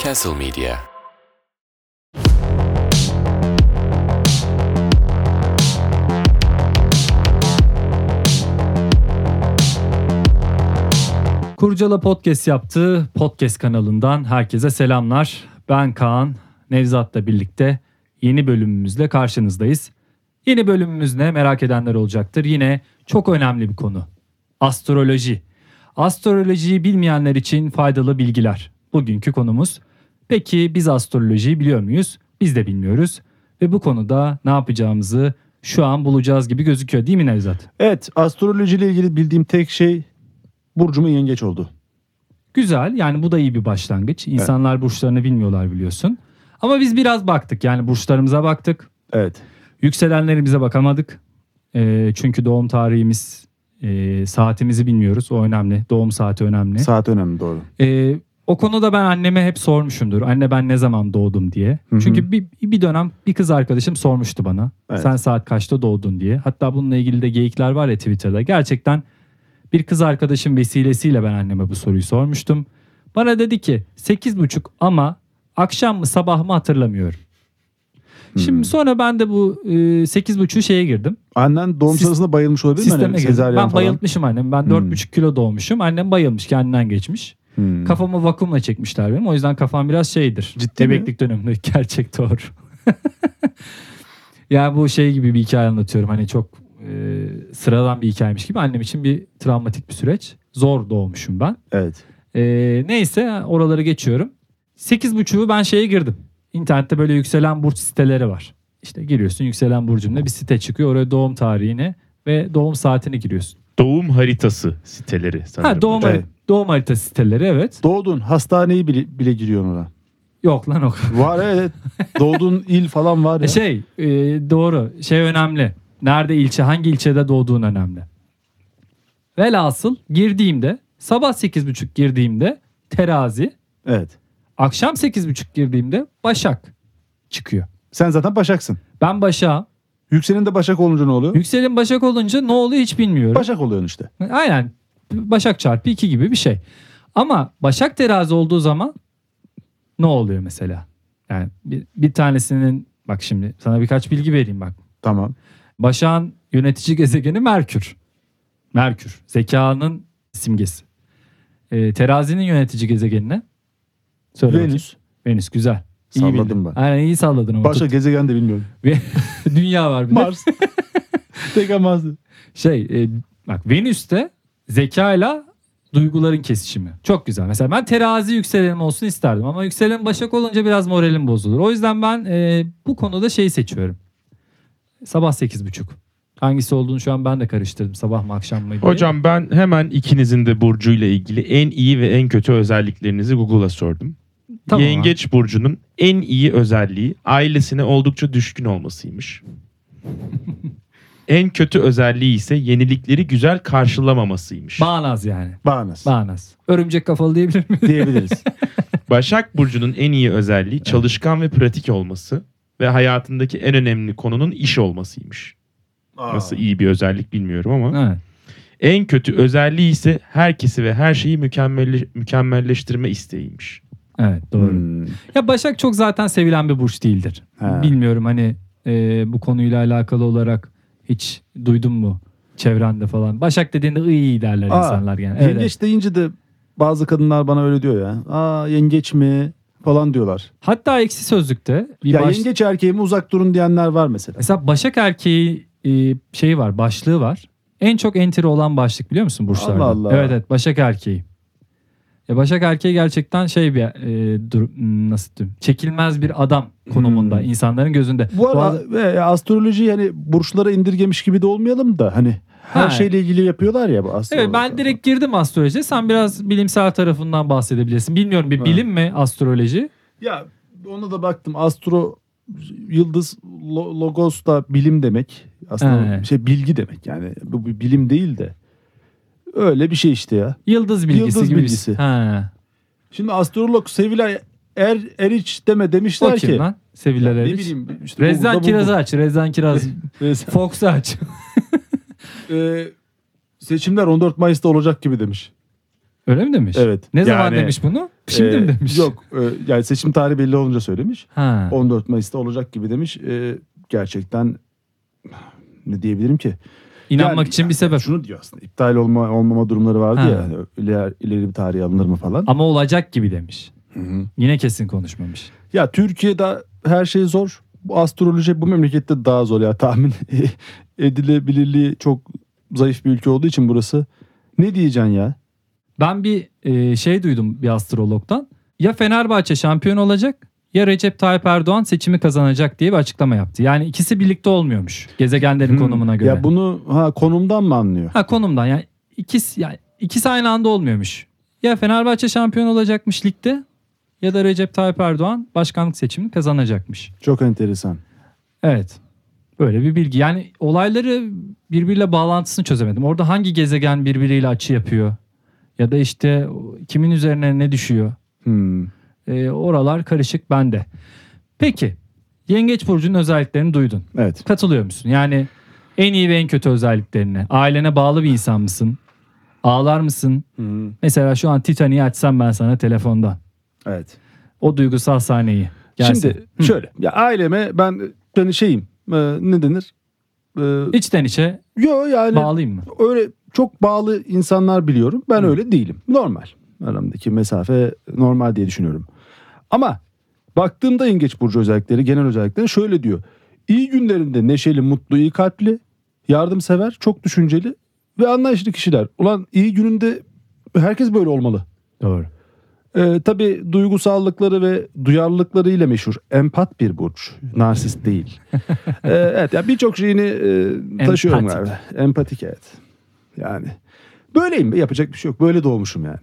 Castle Media. Kurcala Podcast yaptığı podcast kanalından herkese selamlar. Ben Kaan, Nevzat'la birlikte yeni bölümümüzle karşınızdayız. Yeni bölümümüz ne merak edenler olacaktır. Yine çok önemli bir konu. Astroloji. Astrolojiyi bilmeyenler için faydalı bilgiler. Bugünkü konumuz. Peki biz astrolojiyi biliyor muyuz? Biz de bilmiyoruz. Ve bu konuda ne yapacağımızı şu an bulacağız gibi gözüküyor değil mi Nevzat? Evet, astrolojiyle ilgili bildiğim tek şey burcumun yengeç oldu. Güzel yani bu da iyi bir başlangıç. İnsanlar burçlarını bilmiyorlar biliyorsun. Ama biz biraz baktık yani burçlarımıza baktık. Evet. Yükselenlerimize bakamadık. Ee, çünkü doğum tarihimiz, e, saatimizi bilmiyoruz. O önemli. Doğum saati önemli. Saat önemli doğru. Ee, o konuda ben anneme hep sormuşumdur. Anne ben ne zaman doğdum diye. Hı hı. Çünkü bir, bir dönem bir kız arkadaşım sormuştu bana. Evet. Sen saat kaçta doğdun diye. Hatta bununla ilgili de geyikler var ya Twitter'da. Gerçekten bir kız arkadaşım vesilesiyle ben anneme bu soruyu sormuştum. Bana dedi ki 8.30 ama akşam mı sabah mı hatırlamıyorum. Hmm. Şimdi sonra ben de bu e, 8.30'u şeye girdim. Annen doğum Sis- sırasında bayılmış olabilir mi? Sisteme Hani girdim. Ben sezaryen falan. bayıltmışım annem. Ben 4.5 kilo doğmuşum. Annem bayılmış kendinden geçmiş. Hmm. Kafamı vakumla çekmişler benim. O yüzden kafam biraz şeydir. Ciddi mi? Bebeklik döneminde gerçek doğru. ya bu şey gibi bir hikaye anlatıyorum. Hani çok e, sıradan bir hikayemiş gibi. Annem için bir travmatik bir süreç. Zor doğmuşum ben. Evet. E, neyse oraları geçiyorum. 8.30'u ben şeye girdim. İnternette böyle yükselen burç siteleri var. İşte giriyorsun yükselen burcumla bir site çıkıyor. Oraya doğum tarihini ve doğum saatini giriyorsun. Doğum haritası siteleri sanırım. Ha doğum, Evet. doğum harita siteleri evet. Doğdun, hastaneyi bile, bile giriyorsun ona. Yok lan o Var evet. Doğduğun il falan var ya. E Şey e, doğru şey önemli. Nerede ilçe hangi ilçede doğduğun önemli. Velhasıl girdiğimde sabah 8.30 girdiğimde terazi Evet. akşam 8.30 girdiğimde başak çıkıyor. Sen zaten başaksın. Ben başağım. Yükselenin de başak olunca ne oluyor? Yükselin başak olunca ne oluyor hiç bilmiyorum. Başak oluyorsun işte. Aynen başak çarpı 2 gibi bir şey. Ama başak terazi olduğu zaman ne oluyor mesela? Yani bir, bir tanesinin bak şimdi sana birkaç bilgi vereyim bak. Tamam. Başak'ın yönetici gezegeni Merkür. Merkür. Zekanın simgesi. Ee, terazinin yönetici gezegeni ne? Söyle bakayım. Venüs. Venüs güzel. İyi Salladım bildin. ben. Aynen iyi salladın ama. Başka gezegen de bilmiyorum. Tut- Dünya var bir de. Mars. Tek Mars. Şey e, bak Venüs'te zekayla duyguların kesişimi. Çok güzel. Mesela ben terazi yükselenim olsun isterdim ama yükselen başak olunca biraz moralim bozulur. O yüzden ben e, bu konuda şey seçiyorum. Sabah 8.30. Hangisi olduğunu şu an ben de karıştırdım. Sabah mı akşam mı? diye. Hocam ben hemen ikinizin de burcuyla ilgili en iyi ve en kötü özelliklerinizi Google'a sordum. Tamam abi. Yengeç burcunun en iyi özelliği ailesine oldukça düşkün olmasıymış. en kötü özelliği ise yenilikleri güzel karşılamamasıymış. Bağnaz yani. Bağnaz. Bağnaz. Örümcek kafalı diyebilir miyim? Diyebiliriz. Başak burcunun en iyi özelliği çalışkan ve pratik olması ve hayatındaki en önemli konunun iş olmasıymış. Aa. Nasıl iyi bir özellik bilmiyorum ama. evet. En kötü özelliği ise herkesi ve her şeyi mükemmelle- mükemmelleştirme isteğiymiş. Evet doğru. Hmm. Ya Başak çok zaten sevilen bir burç değildir. Ha. Bilmiyorum hani e, bu konuyla alakalı olarak hiç duydun mu çevrende falan? Başak dediğinde iyi derler Aa, insanlar yani. Evet, Yengeç deyince de bazı kadınlar bana öyle diyor ya. Aa yengeç mi falan diyorlar. Hatta eksi sözlükte bir ya baş... yengeç erkeği mi uzak durun diyenler var mesela. mesela Başak erkeği e, şeyi var, başlığı var. En çok enteri olan başlık biliyor musun burçlarda? Allah Allah. Evet evet Başak erkeği. Ya Başak erkeği gerçekten şey bir e, dur, nasıl diyeyim? Çekilmez bir adam konumunda Hmm. insanların gözünde. Bu Bu arada arada- e, astroloji hani burçlara indirgemiş gibi de olmayalım da hani her Ha. şeyle ilgili yapıyorlar ya bu astroloji. Evet ben direkt girdim astrolojiye. Sen biraz bilimsel tarafından bahsedebilirsin. Bilmiyorum bir Ha. bilim mi astroloji? ya ona da baktım astro yıldız lo- logos da bilim demek. Aslında He. şey bilgi demek yani bu bir bilim değil de öyle bir şey işte ya. Yıldız bilgisi Yıldız gibi. bir- bilgisi. Ha. Şimdi astrolog Sevilay Er Eriç deme O demişler kim ki. lan? Sevilen Ne Eriç. bileyim. Işte Rezan Google'da Kiraz'ı buldum. aç. Rezan Kiraz. Rezan. Fox'u aç. Ee, seçimler 14 Mayıs'ta olacak gibi demiş. Öyle mi demiş? Evet. Ne zaman Yani, demiş bunu? Şimdi mi e, demiş? Yok e, yani seçim tarihi belli olunca söylemiş. Ha. 14 Mayıs'ta olacak gibi demiş. E, gerçekten ne diyebilirim ki? İnanmak Yani- için bir sebep. Şunu diyor aslında iptal olma olmama durumları vardı Ha. ya hani ileri, ileri bir tarih alınır mı falan. Ama olacak gibi demiş. Hı hı. Yine kesin konuşmamış. Ya Türkiye'de her şey zor. Bu astroloji bu memlekette daha zor ya tahmin edilebilirliği çok zayıf bir ülke olduğu için burası. Ne diyeceksin ya? Ben bir e, şey duydum bir astrologdan. Ya Fenerbahçe şampiyon olacak ya Recep Tayyip Erdoğan seçimi kazanacak diye bir açıklama yaptı. Yani ikisi birlikte olmuyormuş gezegenlerin konumuna göre. Hmm. Ya bunu ha konumdan mı anlıyor? Ha konumdan yani ikisi yani ikisi aynı anda olmuyormuş. Ya Fenerbahçe şampiyon olacakmış ligde ya da Recep Tayyip Erdoğan başkanlık seçimini kazanacakmış. Çok enteresan. Evet. Böyle bir bilgi. Yani olayları birbiriyle bağlantısını çözemedim. Orada hangi gezegen birbiriyle açı yapıyor? Ya da işte kimin üzerine ne düşüyor? Hmm. Ee, oralar karışık bende. Peki. Yengeç burcunun özelliklerini duydun. Evet. Katılıyor musun? Yani en iyi ve en kötü özelliklerine. Ailene bağlı bir insan mısın? Ağlar mısın? Mesela şu an Titanic'i açsam ben sana telefonda. Evet. O duygusal sahneyi. Gelsin. Şimdi şöyle. Ya aileme ben ben şeyim. e, ne denir? E, içten içe yo yani bağlayayım mı? öyle çok bağlı insanlar biliyorum. Ben öyle değilim. Normal. Aramdaki mesafe normal diye düşünüyorum. Ama baktığımda yengeç burcu özellikleri, genel özellikleri şöyle diyor. İyi günlerinde neşeli, mutlu, iyi kalpli, yardımsever, çok düşünceli ve anlayışlı kişiler. Ulan iyi gününde herkes böyle olmalı. Doğru. Ee, tabii duygusallıkları ve duyarlılıkları ile meşhur. Empat bir burç. Narsist değil. Ee, evet ya birçok şeyini e, taşıyorum Empatik. abi. Empatik evet. Yani böyleyim yapacak bir şey yok. Böyle doğmuşum yani.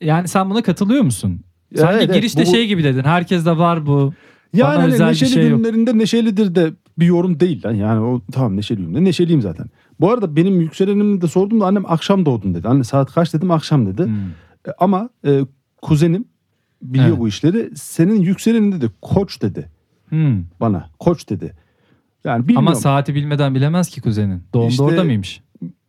Yani sen buna katılıyor musun? Ya Sanki evet, evet, girişte bu- bu- şey gibi dedin. Herkes de var bu. Yani Bana hani özel bir neşeli şey yok. günlerinde neşelidir de bir yorum değil lan. Yani o tamam neşeli günlerinde neşeliyim zaten. Bu arada benim yükselenimi de sordum da annem akşam doğdun dedi. Anne saat kaç dedim akşam dedi. Hmm. E, Ama e, kuzenim biliyor Evet. bu işleri. Senin yükseleninde de koç dedi. Hmm. bana. Koç dedi. Yani bilmiyorum. Ama saati bilmeden bilemez ki kuzenin. Doğumda İşte- orada mıymış?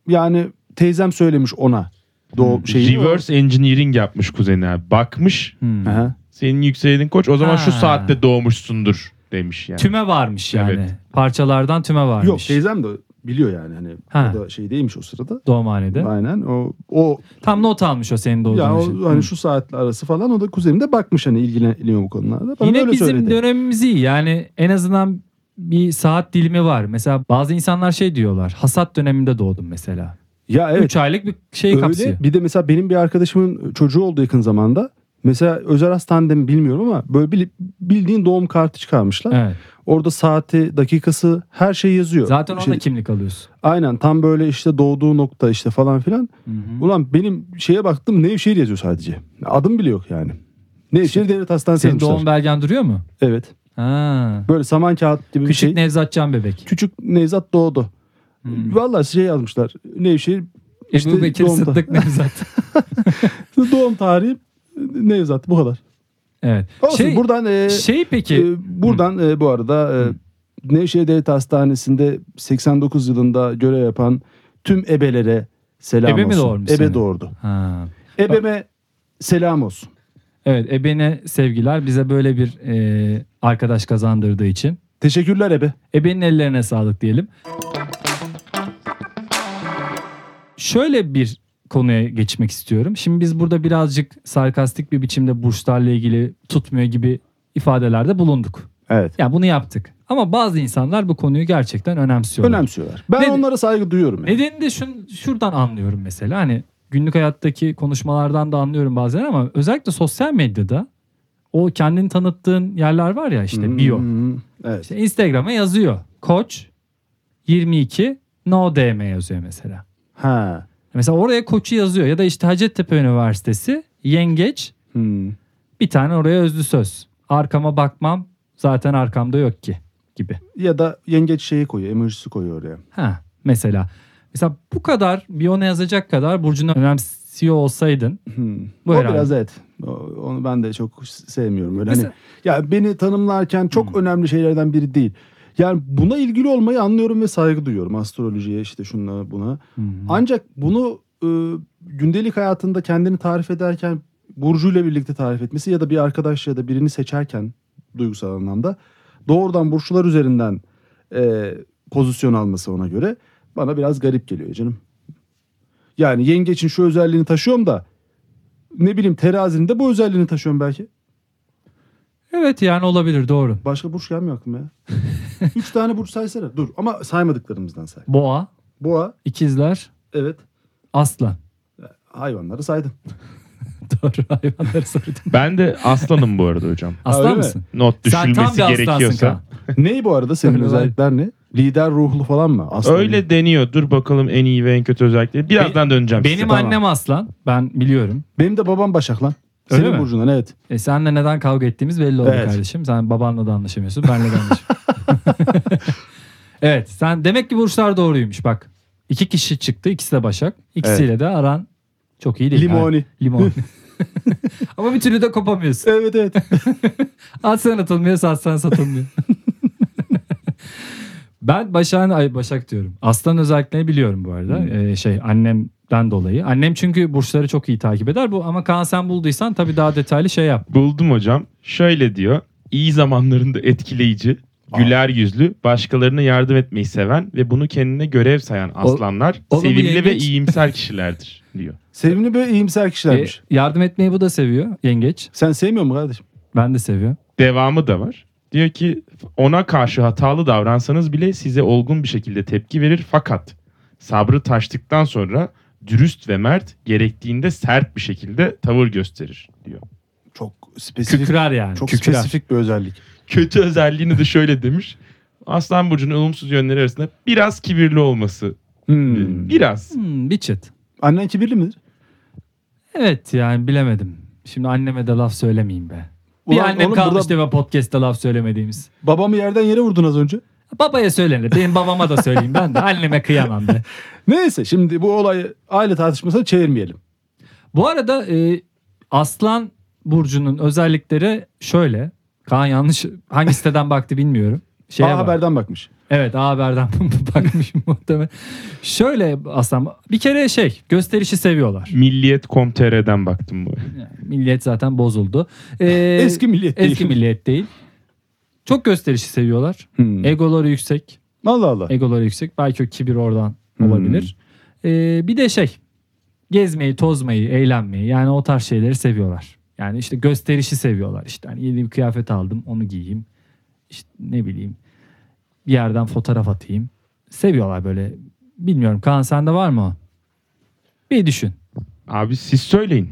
yani teyzem söylemiş ona. Doğum şey şeyi. Reverse engineering yapmış kuzeni abi. Bakmış Hmm. Aha. senin yükselenin koç o zaman şu Ha. saatte doğmuşsundur demiş yani. Tüme varmış yani. Evet. Parçalardan tüme varmış. Yok teyzem de biliyor yani hani Ha. o da şey değilmiş o sırada. Doğumhanede. Aynen o o Tam not almış o senin doğduğun ya o, için. hani Hmm. şu saatler arası falan o da kuzenim de bakmış hani ilgileniyor bu konularda. Bana Hmm. Yine öyle bizim söyledi. dönemimiz iyi. Yani en azından bir saat dilimi var. Mesela bazı insanlar şey diyorlar. Hasat döneminde doğdum mesela. ya Üç evet 3 aylık bir şey kapsıyor. öyle. Bir de mesela benim bir arkadaşımın çocuğu oldu yakın zamanda. Mesela özel hastanede mi bilmiyorum ama böyle bil- bildiğin doğum kartı çıkarmışlar. Evet. Orada saati, dakikası, her şey yazıyor. Zaten orada Şey- kimlik alıyorsun. Aynen tam böyle işte doğduğu nokta işte falan filan. Hı hı. Ulan benim şeye baktım Nevşehir yazıyor sadece. Adım bile yok yani. Nevşehir Devlet Hastanesi Senin yazmışlar. doğum belgen duruyor mu? Evet. Ha. Böyle saman kağıt gibi bir Küçük şey. Nevzat Can bebek. Küçük Nevzat doğdu. Hmm. Vallahi şey yazmışlar. Nevşehir işte Ebu Bekir doğum, ta- Sıddık Nevzat. doğum tarihi Nevzat bu kadar. evet. Olsun şey, buradan e, şey peki e, buradan e, bu arada e, Nevşehir Devlet Hastanesi'nde 89 yılında görev yapan tüm ebelere selam Ebe mi olsun. doğurmuş Ebe seni? doğurdu. ha. Ebeme selam olsun. Evet ebene sevgiler bize böyle bir e, arkadaş kazandırdığı için. Teşekkürler Ebe. Ebenin ellerine sağlık diyelim. Şöyle bir konuya geçmek istiyorum. Şimdi biz burada birazcık sarkastik bir biçimde burçlarla ilgili tutmuyor gibi ifadelerde bulunduk. Evet. Ya bunu yaptık. Ama bazı insanlar bu konuyu gerçekten önemsiyorlar. Önemsiyorlar. Ben Ne- onlara saygı duyuyorum. yani. Nedenini de şun, şuradan anlıyorum mesela. Hani günlük hayattaki konuşmalardan da anlıyorum bazen ama özellikle sosyal medyada o kendini tanıttığın yerler var ya işte Hmm, bio. Evet. İşte Instagram'a yazıyor. Koç 22 no DM yazıyor mesela. Ha. Mesela oraya koçu yazıyor ya da işte Hacettepe Üniversitesi yengeç Hmm. bir tane oraya özlü söz. Arkama bakmam zaten arkamda yok ki gibi. Ya da yengeç şeyi koyuyor, emojisi koyuyor oraya. Ha mesela. Mesela bu kadar bir ona yazacak kadar Burcu'nu önemsiyor olsaydın. Hmm. Bu o herhalde. biraz evet. O- Onu ben de çok sevmiyorum öyle. Mesela- Hmm. Hani ya beni tanımlarken çok önemli şeylerden biri değil. Yani Hmm. buna ilgili olmayı anlıyorum ve saygı duyuyorum astrolojiye işte şunla buna. Ancak bunu e, gündelik hayatında kendini tarif ederken burcuyla birlikte tarif etmesi ya da bir arkadaş ya da birini seçerken duygusal anlamda doğrudan burçlar üzerinden e, pozisyon alması ona göre bana biraz garip geliyor canım. Yani yengeçin şu özelliğini taşıyorum da ne bileyim terazinin de bu özelliğini taşıyorum belki. Evet yani olabilir doğru. Başka burç gelmiyor aklıma ya. Üç tane burç saysana. Dur ama saymadıklarımızdan say. Boğa, Boğa ikizler, evet aslan. hayvanları saydım. doğru hayvanları söyledim. Ben de aslanım bu arada hocam. öyle Aslan mi? mısın? Not Sen tam düşülmesi bir aslansın gerekiyorsa. Kaan. Ney bu arada senin Öyle var. özellikler ne? Lider ruhlu falan mı? Aslan Öyle deniyor. Dur bakalım en iyi ve en kötü özellikleri. Birazdan döneceğim size. Benim tamam. annem aslan. Ben biliyorum. Benim de babam Başak lan. Öyle Senin mi? burcundan evet. E senle neden kavga ettiğimiz belli oldu Evet. kardeşim. Sen babanla da anlaşamıyorsun, benle de anlaşamıyorum. evet, sen demek ki burçlar doğruymuş bak. İki kişi çıktı, ikisi de Başak. İkisiyle de aran çok iyi değil. Limoni. Ha, limon. Ama bir türlü de kopamıyorsun. Evet evet. Atsan atılmıyor, satsan satılmıyor. ben Başak'ın, ay Başak diyorum. Aslan özelliklerini biliyorum bu arada. Ee, şey annemden dolayı. Annem çünkü burçları çok iyi takip eder. Bu ama Kaan sen bulduysan tabii daha detaylı şey yap. Buldum hocam. Şöyle diyor. İyi zamanlarında etkileyici, Aa. güler yüzlü, başkalarına yardım etmeyi seven ve bunu kendine görev sayan aslanlar oğlum bu sevimli ve yengeç. iyimser kişilerdir diyor. Sevimli ve iyimser kişilermiş. E, yardım etmeyi bu da seviyor yengeç. Sen sevmiyor musun kardeşim? Ben de seviyorum. Devamı da var. Diyor ki ona karşı hatalı davransanız bile size olgun bir şekilde tepki verir fakat sabrı taştıktan sonra dürüst ve mert gerektiğinde sert bir şekilde tavır gösterir diyor. Çok spesifik. Kükrer yani. Çok kükrer. spesifik bir özellik. kötü özelliğini de şöyle demiş. Aslan Burcu'nun olumsuz yönleri arasında biraz kibirli olması. Hmm. Biraz. Hmm, bir çıt. Annen kibirli midir? Evet yani bilemedim. Şimdi anneme de laf söylemeyeyim be. Bir Ulan annem oğlum kalmıştı burada ve podcast'te laf söylemediğimiz. Babamı yerden yere vurdun az önce. Babaya söylenir. Benim babama da söyleyeyim ben de. Anneme kıyamam be. Neyse şimdi bu olayı aile tartışmasına çevirmeyelim. Bu arada e, Aslan Burcu'nun özellikleri şöyle. Kaan yanlış hangi siteden baktı bilmiyorum. Şeye A bak. Haber'den bakmış. Evet A Haber'den bakmışım muhtemelen. Şöyle Aslan bir kere şey gösterişi seviyorlar. Milliyet.com.tr'den baktım bu. Milliyet zaten bozuldu. Ee, Eski milliyet değil. eski milliyet değil. Çok gösterişi seviyorlar. Hmm. Egoları yüksek. Allah Allah. Egoları yüksek. Belki o kibir oradan Hmm. olabilir. Ee, bir de şey. Gezmeyi, tozmayı, eğlenmeyi yani o tarz şeyleri seviyorlar. Yani işte gösterişi seviyorlar. İşte hani yeni bir kıyafet aldım onu giyeyim. İşte ne bileyim bir yerden fotoğraf atayım. Seviyorlar böyle. Bilmiyorum Kaan sende var mı o? Bir düşün. Abi siz söyleyin.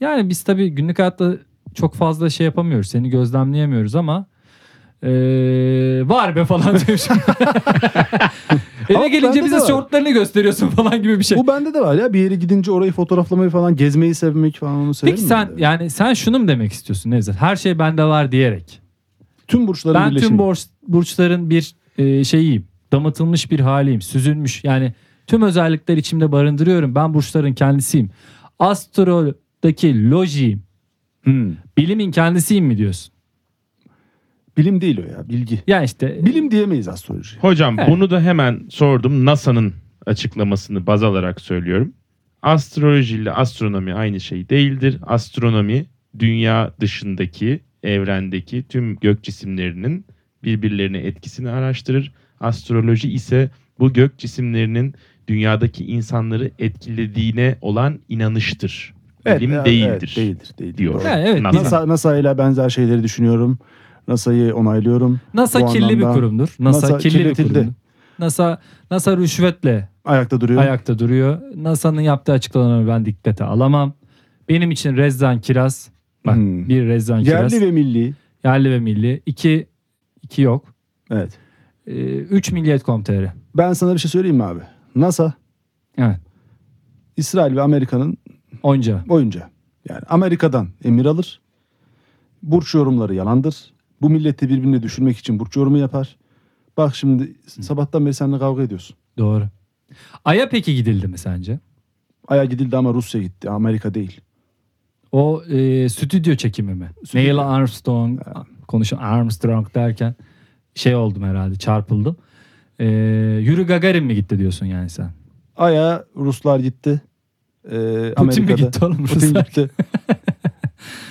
Yani biz tabii günlük hayatta çok fazla şey yapamıyoruz. Seni gözlemleyemiyoruz ama eee, var be falan diyor şimdi. Eve Ama bende de gelince bize var. şortlarını gösteriyorsun falan gibi bir şey. Bu bende de var ya. Bir yere gidince orayı fotoğraflamayı falan gezmeyi sevmek falan onu severim. Peki ben sen de. yani sen şunu mu demek istiyorsun Nevzat? Her şey bende var diyerek. tüm burçların Ben birleşimi. tüm borç, burçların bir eee, şeyiyim. Damatılmış bir haliyim. Süzülmüş. Yani tüm özellikler içimde barındırıyorum. Ben burçların kendisiyim. Astrodaki lojiyim. Hmm. Bilimin kendisiyim mi diyorsun? Bilim değil o ya bilgi. Yani işte Bilim diyemeyiz astroloji. Hocam Evet. bunu da hemen sordum. NASA'nın açıklamasını baz alarak söylüyorum. Astroloji ile astronomi aynı şey değildir. Astronomi dünya dışındaki, evrendeki tüm gök cisimlerinin birbirlerine etkisini araştırır. Astroloji ise bu gök cisimlerinin dünyadaki insanları etkilediğine olan inanıştır. Bilim evet, değildir. değildir. Değildir. Diyor. Doğru. Yani evet, NASA. NASA, NASA ile benzer şeyleri düşünüyorum. NASA'yı onaylıyorum. NASA Bu kirli anlamda- bir kurumdur. NASA, NASA kirli bir kirletildi. kurumdur. NASA NASA rüşvetle Ayakta duruyor. ayakta duruyor. NASA'nın yaptığı açıklamaları ben dikkate alamam. Benim için Rezdan Kiraz. Bak Hmm. bir Rezdan Kiraz. Yerli ve milli. Yerli ve milli. İki, iki yok. Evet. Ee, üç milliyet.com.tr. Ben sana bir şey söyleyeyim mi abi? NASA Evet. İsrail ve Amerika'nın Onca. oyuncağı. Yani Amerika'dan emir alır. Burç yorumları yalandır. Bu milleti birbirine düşürmek için burç yorumu yapar. Bak şimdi sabahtan beri seninle kavga ediyorsun. Doğru. Ay'a peki gidildi mi sence? Aya gidildi ama Rusya gitti. Amerika değil. O e, stüdyo çekimi mi? Stüdyo. Neil Armstrong konuşan Armstrong derken şey oldum herhalde çarpıldım. E, Ee, Yuri Gagarin mi gitti diyorsun yani sen? Aya Ruslar gitti. e, Putin mi Amerika'da gitti oğlum? Putin gitti.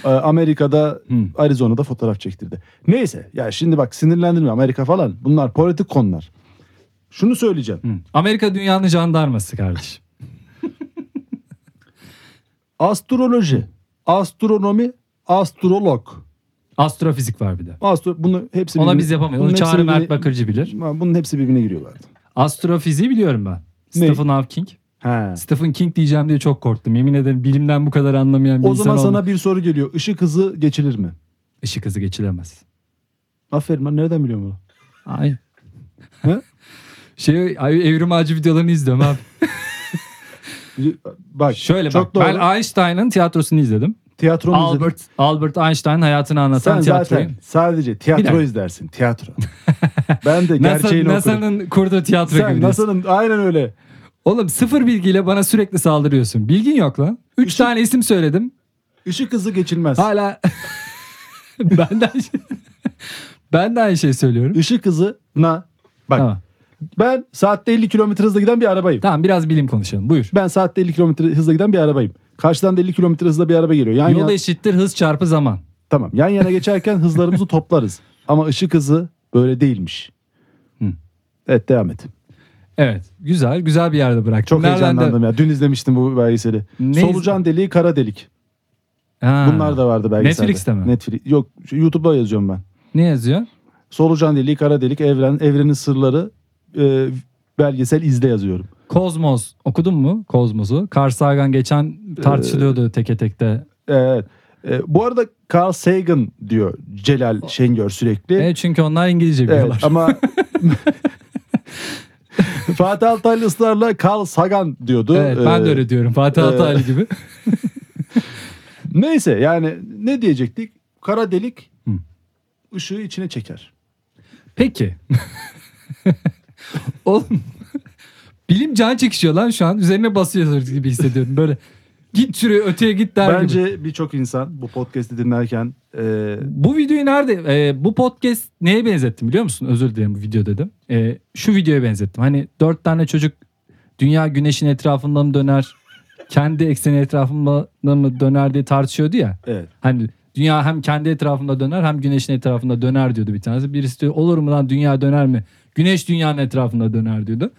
E, Amerika'da Hı. Arizona'da fotoğraf çektirdi. Neyse ya şimdi bak sinirlendirme Amerika falan bunlar politik konular. Şunu söyleyeceğim. Hı. Amerika dünyanın jandarması kardeşim. Astroloji, astronomi, astrolog. Astrofizik var bir de. Astro bunu hepsi Ona birbirine- biz yapamayız. bunun Onu hepsi Çağrı Mert birbirine- Bakırcı bilir. Bunun hepsi birbirine giriyorlardı. Astrofiziği biliyorum ben. Ne? Stephen Hawking. He. Stephen King diyeceğim diye çok korktum. Yemin ederim bilimden bu kadar anlamayan bir O insan zaman olma- sana bir soru geliyor. Işık hızı geçilir mi? Işık hızı geçilemez. Aferin lan nereden biliyorum bunu? Ay. He? şey ay, evrim ağacı videolarını izliyorum abi. Bak Şöyle bak. çok doğru. Ben Einstein'ın tiyatrosunu izledim. Tiyatro mu izledin? Albert Albert Einstein hayatını Sen anlatan tiyatroyu. zaten sadece Bir tiyatro dakika. izlersin. Tiyatro. ben de gerçeğini NASA, okurum. NASA'nın kurduğu tiyatro gibi Sen diyorsun. NASA'nın aynen öyle. Oğlum sıfır bilgiyle bana sürekli saldırıyorsun. Bilgin yok lan. Üç Işık- tane isim söyledim. Işık hızı geçilmez. Hala ben de aynı şey... ben de aynı şey söylüyorum. Işık hızına bak. Tamam. Ben saatte 50 kilometre hızla giden bir arabayım. Tamam biraz bilim konuşalım. Buyur. Ben saatte 50 kilometre hızla giden bir arabayım. Karşıdan da 50 kilometre hızla bir araba geliyor. Yan Yol yana, eşittir hız çarpı zaman. tamam. Yan yana geçerken hızlarımızı toplarız. Ama ışık hızı böyle değilmiş. Hı. Evet devam et. Evet. Güzel. Güzel bir yerde bırak. Çok heyecanlandım ya. Dün izlemiştim bu belgeseli. Ne Solucan deliği, kara delik. Bunlar da vardı belgeselde. Netflix'te mi? Netflix. Yok şu YouTube'da yazıyorum ben. Ne yazıyor? Solucan deliği, kara delik, evren, evrenin sırları e, belgesel izle yazıyorum. Kozmos. Okudun mu Kozmos'u? Carl Sagan geçen Ee, tartışılıyordu teke tekte. Evet. E, bu arada Carl Sagan diyor Celal Şengör sürekli. E, çünkü onlar İngilizce biliyorlar. Evet ama Fatih Altaylı ısrarla Carl Sagan diyordu. Evet, ben de Ee, öyle diyorum. Fatih Altaylı gibi. Neyse yani ne diyecektik? Kara delik Hı. ışığı içine çeker. Peki. Oğlum bilim can çekişiyor lan şu an. Üzerine basıyoruz gibi hissediyorum. Böyle git şuraya öteye git der gibi. Bence birçok insan bu podcast'i dinlerken e, Bu videoyu nerede? e, bu podcast neye benzettim biliyor musun? Özür dilerim bu video dedim. E, şu videoya benzettim. Hani dört tane çocuk dünya güneşin etrafında mı döner? kendi ekseni etrafında mı döner diye tartışıyordu ya. evet. Hani dünya hem kendi etrafında döner hem güneşin etrafında döner diyordu bir tanesi. Birisi diyor olur mu lan dünya döner mi? Güneş dünyanın etrafında döner diyordu.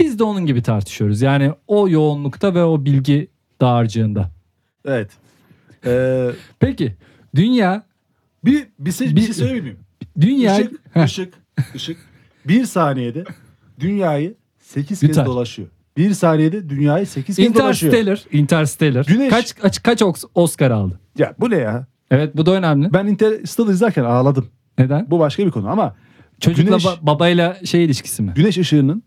Biz de onun gibi tartışıyoruz. Yani o yoğunlukta ve o bilgi dağarcığında. Evet. Ee, Peki dünya bir, bir, şey, bir Bir- şey söyleyebilir miyim? dünya Işık, ışık, ışık. Bir saniyede dünyayı 8 kez Yutar. dolaşıyor. Bir saniyede dünyayı 8 kez dolaşıyor. Interstellar, Interstellar. Güneş- Kaç kaç kaç Ox- Oscar aldı? Ya bu ne ya? Evet bu da önemli. Ben Interstellar izlerken ağladım. Neden? Bu başka bir konu ama Çocukla Güneş- ba- babayla şey ilişkisi mi? güneş ışığının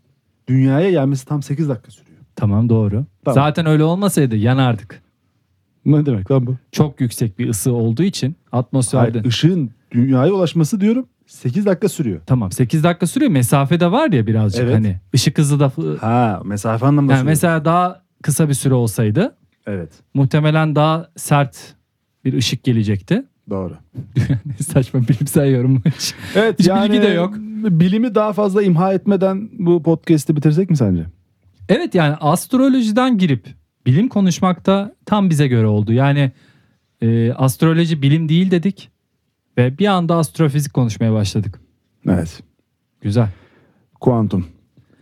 dünyaya gelmesi tam 8 dakika sürüyor. Tamam doğru. Tamam. Zaten öyle olmasaydı yanardık. Ne demek lan bu? Çok yüksek bir ısı olduğu için atmosferde. Hayır, ışığın dünyaya ulaşması diyorum 8 dakika sürüyor. Tamam 8 dakika sürüyor. Mesafe de var ya birazcık Evet. hani. Işık hızı da Ha mesafe anlamında yani sürüyor. mesela daha kısa bir süre olsaydı Evet muhtemelen daha sert bir ışık gelecekti. doğru. Ne Saçma bilimsel yorum hiç. Evet Hiç yani bilgi de yok. Bilimi daha fazla imha etmeden bu podcast'i bitirsek mi sence? Evet yani astrolojiden girip bilim konuşmakta tam bize göre oldu. Yani e, astroloji bilim değil dedik ve bir anda astrofizik konuşmaya başladık. Evet. Güzel. Kuantum.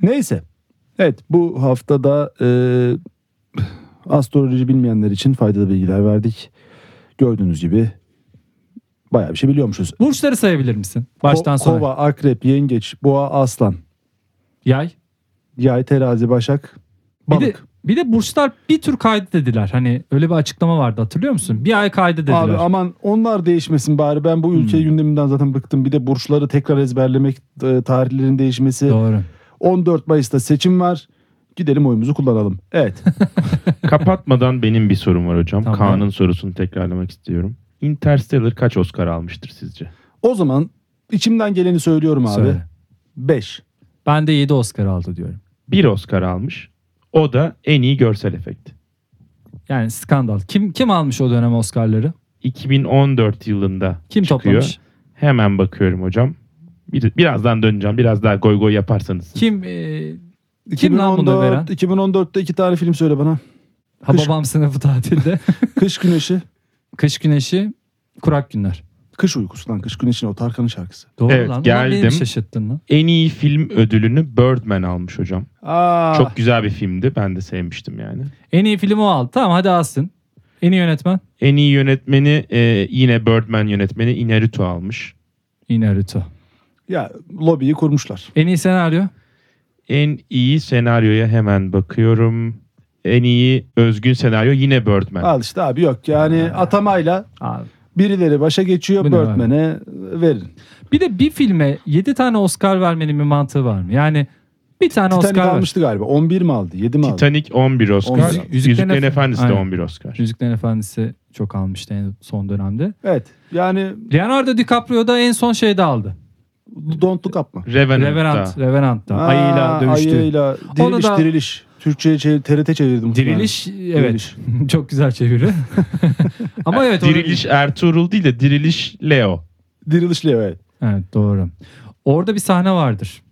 Neyse. Evet bu haftada e, astroloji bilmeyenler için faydalı bilgiler verdik. Gördüğünüz gibi bayağı bir şey biliyormuşuz. Burçları sayabilir misin? Baştan Ko- sona. Kova, akrep, yengeç, boğa, aslan, Yay. yay, terazi, başak, balık. Bir de, bir de burçlar bir tür kaydedediler. Hani öyle bir açıklama vardı hatırlıyor musun? Bir ay kaydedediler. Abi aman onlar değişmesin bari. Ben bu ülke Hmm. gündeminden zaten bıktım. Bir de burçları tekrar ezberlemek, e, tarihlerin değişmesi. Doğru. 14 Mayıs'ta seçim var. Gidelim oyumuzu kullanalım. Evet. Kapatmadan benim bir sorum var hocam. Tamam. Kaan'ın sorusunu tekrarlamak istiyorum. Interstellar kaç Oscar almıştır sizce? o zaman içimden geleni söylüyorum abi. Söyle. 5. Ben de 7 Oscar aldı diyorum. Bir Oscar almış. O da en iyi görsel efekt. Yani skandal. Kim kim almış o dönem Oscar'ları? 2014 yılında Kim çıkıyor. toplamış? Hemen bakıyorum hocam. Bir- birazdan döneceğim. Biraz daha goy goy yaparsanız. Kim e, Kim lan bunu veren? 2014, 2014'te iki tane film söyle bana. Hababam sınıfı tatilde. Kış güneşi, Kış güneşi, kurak günler. kış uykusu lan. Kış güneşinin o Tarkan'ın şarkısı. Doğru Evet, lan. Ulan beni geldim. mi şaşırttın lan. En iyi film ödülünü Birdman almış hocam. Aa, Çok güzel bir filmdi. Ben de sevmiştim yani. En iyi film o aldı. Tamam hadi alsın. En iyi yönetmen En iyi yönetmeni e, yine Birdman yönetmeni Inarritu almış. Inarritu. Ya lobiyi kurmuşlar. En iyi senaryo En iyi senaryoya hemen bakıyorum. En iyi özgün senaryo yine Birdman. Al işte abi yok yani atamayla Abi. birileri başa geçiyor Ee. Bu ne abi? Birdman'e verin. Bir de bir filme 7 tane Oscar vermenin bir mantığı var mı? Yani bir tane Titanic Oscar ver. almıştı galiba. 11 mi aldı? 7 mi aldı? Titanic 11 Oscar. 11. Yüzüklerin, Yüzüklerin Efendisi. Efendisi de Aynen. 11 Oscar. Yüzüklerin Efendisi çok almıştı en son dönemde. Evet. Yani Leonardo DiCaprio da en son şeyde aldı. don't look up mı? Revenant'da. Revenant, Revenant'ta. Ha, Ayıyla dövüştü. Ayıyla. Diriliş da- diriliş. Türkçe'ye çevir, TRT çevirdim. Diriliş, evet. Diriliş. çok güzel çeviri. Ama evet. orada- Diriliş Ertuğrul değil de Diriliş Leo. Dirilişli evet. Evet doğru. Orada bir sahne vardır.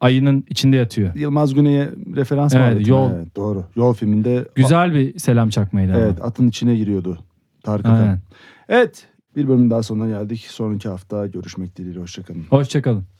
Ayının içinde yatıyor. Yılmaz Güney'e referans Evet, vardı. Yol. Evet, doğru. Yol filminde Güzel bir selam çakmaydı ama. evet, atın içine giriyordu. Tarkan. Aynen. Evet. Bir bölüm daha sonuna geldik. Sonraki hafta görüşmek dileğiyle. Hoşçakalın. Hoşçakalın.